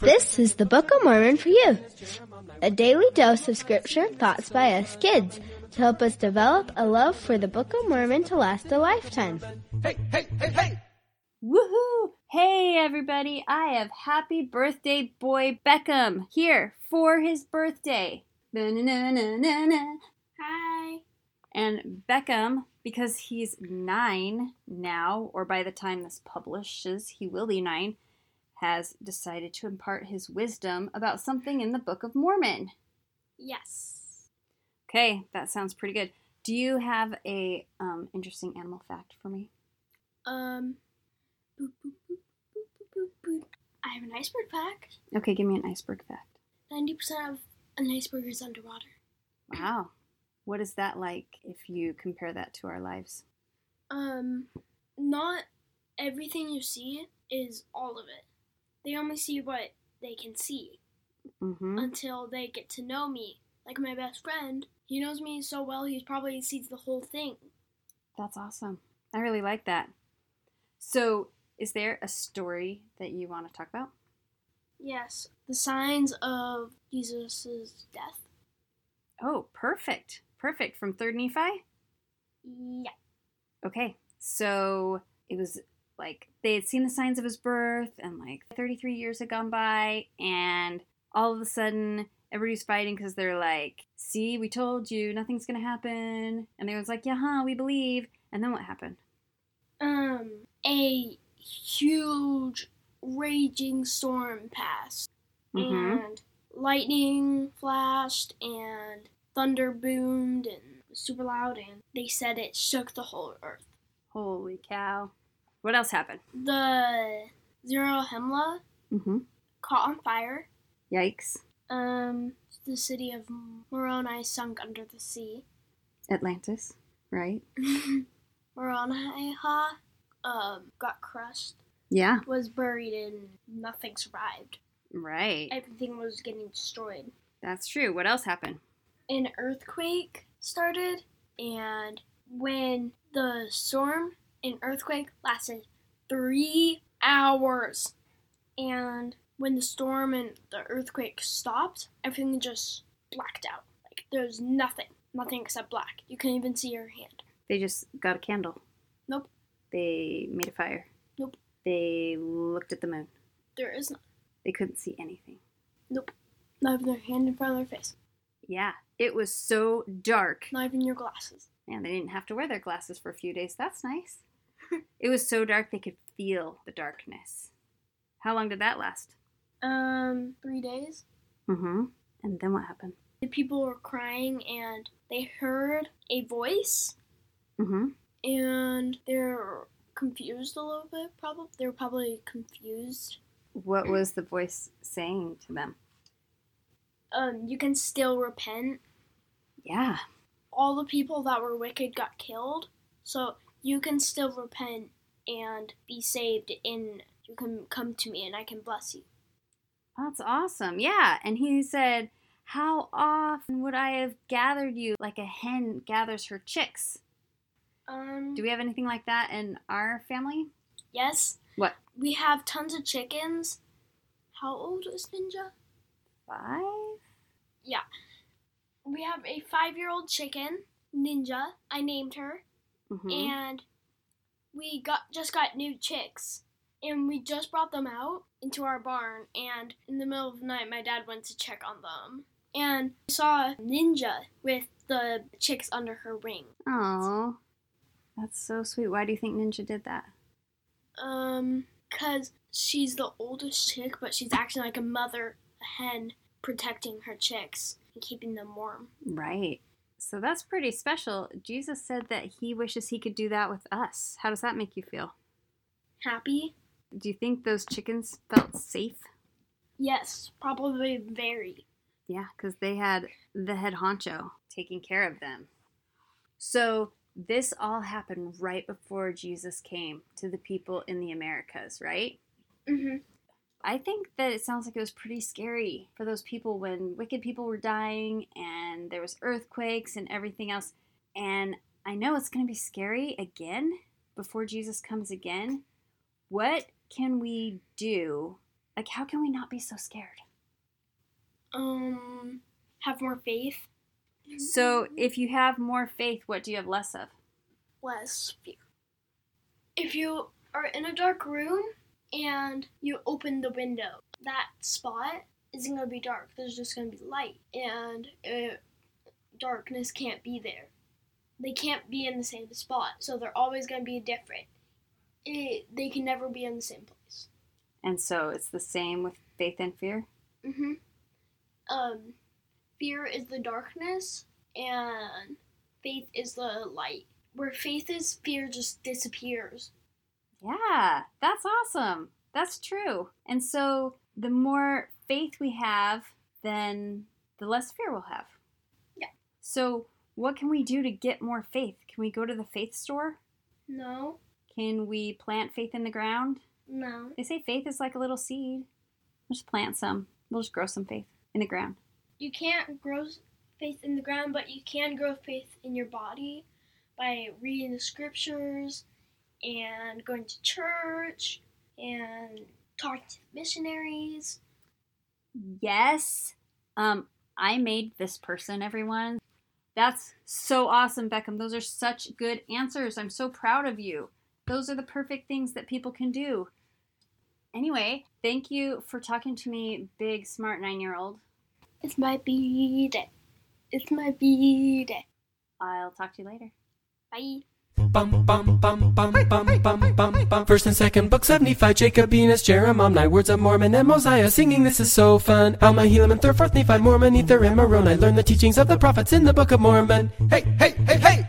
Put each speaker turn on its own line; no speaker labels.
This is the Book of Mormon for you, a daily dose of scripture and thoughts by us kids to help us develop a love for the Book of Mormon to last a lifetime.
Woohoo! Hey everybody, I have happy birthday boy Beckham here for his birthday. Ba-na-na-na-na-na.
Hi.
And Beckham, because he's nine now, or by the time this publishes, he will be nine, has decided to impart his wisdom about something in the Book of Mormon.
Yes.
Okay, that sounds pretty good. Do you have a um, interesting animal fact for me?
Um. Boop, boop, boop, boop, boop, boop, boop. I have an iceberg pack.
Okay, give me an iceberg fact.
90% of an iceberg is underwater.
Wow. What is that like if you compare that to our lives?
Um, not everything you see is all of it. They only see what they can see Uh,
Mm-hmm.
until they get to know me. Like my best friend, he knows me so well, he probably sees the whole thing.
That's awesome. I really like that. So, is there a story that you want to talk about?
Yes, the signs of Jesus' death.
Oh, perfect. Perfect. From Third Nephi?
Yeah.
Okay. So, it was like they had seen the signs of his birth, and like 33 years had gone by, and all of a sudden, everybody's fighting because they're like, See, we told you nothing's going to happen. And they was like, Yeah, huh, we believe. And then what happened?
Um, a huge raging storm passed,
Mhm.
and lightning flashed, and thunder boomed, and it was super loud, and they said it shook the whole earth.
Holy cow. What else happened?
The Zero Hemla
Mm-hmm.
caught on fire.
Yikes.
Um, the city of Moroni sunk under the sea.
Atlantis, right?
Moroni ha um, got crushed,
Yeah,
was buried, and nothing survived.
right.
Everything was getting destroyed.
That's true. What else happened?
an earthquake started, and when the storm and earthquake lasted three hours, and when the storm and the earthquake stopped, everything just blacked out. Like there's nothing, nothing except black. You can't even see your hand.
They just got a candle.
Nope.
They made a fire.
Nope.
They looked at the moon.
There is not,
They couldn't see anything.
not even their hand in front of their face,
Yeah, it was so dark.
not even your glasses.
Man, they didn't have to wear their glasses for a few days. That's nice. it was so dark they could feel the darkness. How long did that last?
Um, three days.
Mm hmm. And then what happened?
The people were crying, and they heard a voice.
Mm hmm.
and they're confused a little bit. Probably they're probably confused.
What was the voice saying to them?
Um, you can still repent.
Yeah.
All the people that were wicked got killed, so you can still repent and be saved. And you can come to me, and I can bless you.
That's awesome. Yeah. And he said, How often would I have gathered you like a hen gathers her chicks?
Um,
Do we have anything like that in our family?
yes.
What?
We have tons of chickens. How old is Ninja?
Five?
We have a five-year-old chicken, Ninja. I named her.
Mm-hmm.
and we got just got new chicks and we just brought them out into our barn and in the middle of the night my dad went to check on them and we saw ninja with the chicks under her wing
Oh, that's so sweet. Why do you think Ninja did that?
um cuz she's the oldest chick but she's acting like a mother hen protecting her chicks and keeping them warm
Right. So that's pretty special. Jesus said that he wishes he could do that with us. How does that make you feel?
happy
Do you think those chickens felt safe?
yes probably very
Yeah, because they had the head honcho taking care of them. So this all happened right before Jesus came to the people in the Americas, right?
mhm
I think that it sounds like it was pretty scary for those people when wicked people were dying and there was earthquakes and everything else. And I know it's going to be scary again before Jesus comes again. What can we do? Like, how can we not be so scared?
Um, have more faith,
So, if you have more faith, what do you have less of?
less fear. If you are in a dark room and you open the window, that spot isn't going to be dark. There's just going to be light, and uh darkness can't be there. They can't be in the same spot, so they're always going to be different. It, they can never be in the same place.
And so, it's the same with faith and fear.
hmm Um, fear is the darkness, and faith is the light. Where faith is, fear just disappears.
Yeah, that's awesome. That's true. And so, the more faith we have, then the less fear we'll have.
Yeah.
So, what can we do to get more faith? Can we go to the faith store?
No,
Can we plant faith in the ground?
no.
They say faith is like a little seed. We'll just plant some. We'll just grow some faith in the ground.
You can't grow s- faith in the ground, but you can grow faith in your body by reading the scriptures and going to church and talking to missionaries.
Yes. Um, I made this person, everyone. That's so awesome, Beckham. Those are such good answers. I'm so proud of you. Those are the perfect things that people can do. Anyway, thank you for talking to me, big, smart nine year old.
It's my B day. It's my B day.
I'll talk to you later.
Bye.
Bum, bum, bum, bum, bum, bum, bum, bum. First and second books of Nephi, Jacobinus, Jeremiah, Words of Mormon, and Mosiah. Singing, this is so fun. Alma, Helaman, and third, fourth Nephi, Mormon, Ether, and Moroni. Learn the teachings of the prophets in the Book of Mormon. Hey, hey, hey, hey!